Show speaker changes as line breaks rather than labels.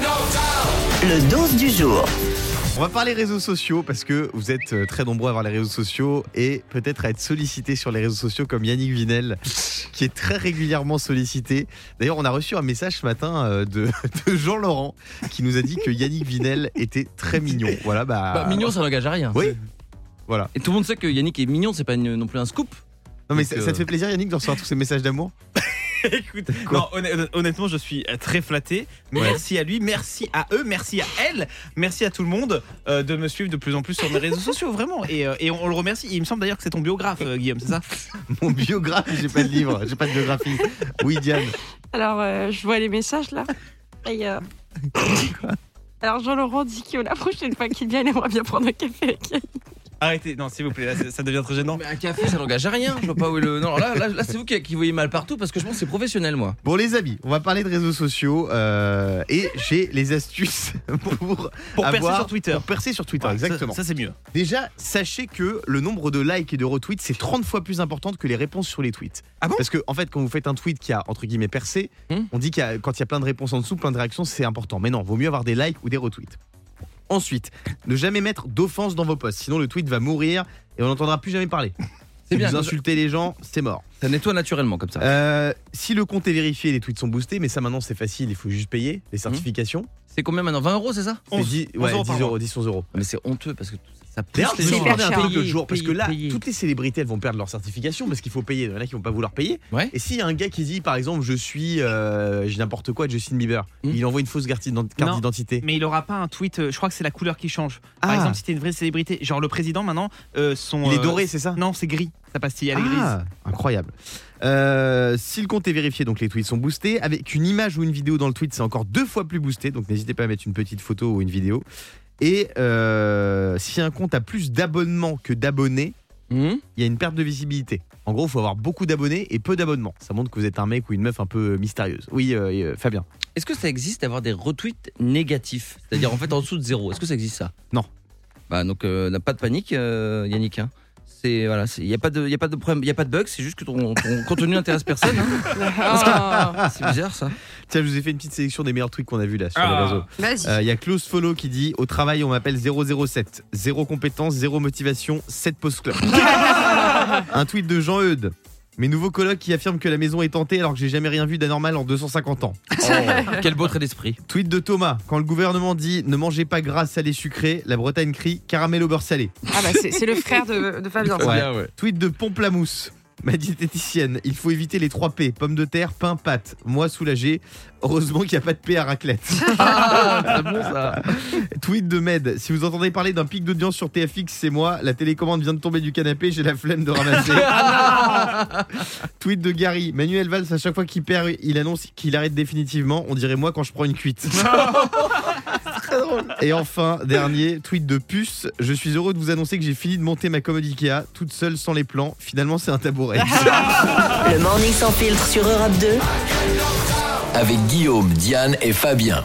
Le 12 du jour.
On va parler réseaux sociaux parce que vous êtes euh, très nombreux à avoir les réseaux sociaux et peut-être à être sollicité sur les réseaux sociaux comme Yannick Vinel qui est très régulièrement sollicité. D'ailleurs, on a reçu un message ce matin euh, de, de Jean Laurent qui nous a dit que Yannick Vinel était très mignon. Voilà, bah,
Bah, mignon, ça n'engage à rien.
Oui. Voilà.
Et tout le monde sait que Yannick est mignon, c'est pas une- non plus un scoop.
Non mais
Donc,
ça, ça te fait
euh,
plaisir Yannick de recevoir tous ces messages d'amour
Écoute,
Quoi
non, honn- honnêtement, je suis euh, très flatté. Merci à lui, merci à eux, merci à elle, merci à tout le monde euh, de me suivre de plus en plus sur mes réseaux sociaux, vraiment. Et, euh, et on, on le remercie. Il me semble d'ailleurs que c'est ton biographe, euh, Guillaume, c'est ça
Mon biographe, j'ai pas de livre, j'ai pas de biographie. Oui Diane.
Alors, euh, je vois les messages là. Et, euh, Alors, Jean-Laurent dit que la prochaine fois qu'il vient, il aimerait bien prendre un café avec elle.
Arrêtez, non, s'il vous plaît, là, c'est- ça devient très gênant.
Mais un café, ça n'engage à rien. Je vois pas où est le. Non, là, là, là, c'est vous qui, qui voyez mal partout parce que je pense que c'est professionnel, moi.
Bon les amis, on va parler de réseaux sociaux euh, et j'ai les astuces pour
Pour percer
avoir-
sur Twitter.
pour percer sur Twitter.
Ouais,
exactement.
Ça, ça, c'est mieux.
Déjà, sachez que le nombre de likes et de retweets, c'est 30 fois plus important que les réponses sur les tweets.
Ah bon
Parce que, en fait, quand vous faites un tweet qui a, entre guillemets, percé,
Hmm.
on dit qu'il y a- quand il y a plein de réponses en dessous, plein de réactions, c'est important. Mais non, vaut mieux avoir des likes ou des retweets. Ensuite, ne jamais mettre d'offense dans vos posts, sinon le tweet va mourir et on n'entendra plus jamais parler.
C'est bien.
Vous
comme
insultez les gens, c'est mort.
Ça, ça nettoie naturellement comme ça.
Euh, si le compte est vérifié, les tweets sont boostés, mais ça maintenant c'est facile, il faut juste payer les certifications.
C'est combien maintenant 20 euros, c'est ça
C'est
11,
10,
11
ouais,
Hmm. euros par
10
mois.
euros, 10, 11 euros.
Ah, Mais c'est honteux parce que tout ça- ça pousse
D'ailleurs,
les
je
gens
vais
à-
regarder un truc
Payer,
l'autre jour parce que
payer,
là,
payer.
toutes les célébrités elles vont perdre leur certification parce qu'il faut payer. Il y en a qui vont pas vouloir payer.
Ouais.
Et s'il y a un gars qui dit par exemple je suis euh, j'ai n'importe quoi Justin Bieber,
Hmm.
il envoie une fausse carte ident- carte
Non.
d'identité.
Mais il aura pas un tweet, euh, je crois que c'est la couleur qui change. Par
Ah.
exemple, si t'es une vraie célébrité, genre le président maintenant, euh, son.
Il est
euh,
doré, c'est ça
Non, c'est gris. Sa pastille, elle est
Ah,
grise.
incroyable. Euh, si le compte est vérifié, donc les tweets sont boostés. Avec une image ou une vidéo dans le tweet, c'est encore deux fois plus boosté. Donc n'hésitez pas à mettre une petite photo ou une vidéo. Et euh, si un compte a plus d'abonnements que d'abonnés,
Hum
il y a une perte de visibilité. En gros, il faut avoir beaucoup d'abonnés et peu d'abonnements. Ça montre que vous êtes un mec ou une meuf un peu mystérieuse. Oui, euh, et, euh, Fabien.
Est-ce que ça existe d'avoir des retweets négatifs C'est-à-dire en fait en dessous de zéro. Est-ce que ça existe ça
Non.
Bah donc euh, n'a pas de panique, euh, Yannick. hein. C'est voilà, il y a pas de, y a pas de problème, il y a pas de bug. C'est juste que ton, ton contenu n'intéresse personne. hein. C'est bizarre ça.
Tiens, je vous ai fait une petite sélection des meilleurs tweets qu'on a vus là sur
Ah.
les réseaux.
Vas-y.
Euh, Il y a Klaus Follow qui dit Au travail, on m'appelle 007. Zéro compétence, zéro motivation, 7 post club. Un tweet de Jean-Eudes. Mes nouveaux colocs qui affirment que la maison est tentée alors que j'ai jamais rien vu d'anormal en 250 ans.
Quel beau trait d'esprit.
Tweet de Thomas. Quand le gouvernement dit ne mangez pas gras, salé, sucré, la Bretagne crie caramel au beurre salé.
Ah, bah, c'est c'est le frère de, de Fabien.
Ouais. Tweet de Pomplamouse. Ma diététicienne, il faut éviter les 3 P, pommes de terre, pain, pâte. Moi soulagé, heureusement qu'il n'y a pas de P à raclette.
Ah, c'est bon ça.
Tweet de Med, si vous entendez parler d'un pic d'audience sur TFX, c'est moi, la télécommande vient de tomber du canapé, j'ai la flemme de ramasser. Tweet de Gary, Manuel Valls, à chaque fois qu'il perd, il annonce qu'il arrête définitivement, on dirait moi quand je prends une cuite. Et enfin, dernier, tweet de Puce, je suis heureux de vous annoncer que j'ai fini de monter ma commode Ikea, toute seule sans les plans, finalement c'est un tabouret.
Le morning sans filtre sur Europe 2.
Avec Guillaume, Diane et Fabien.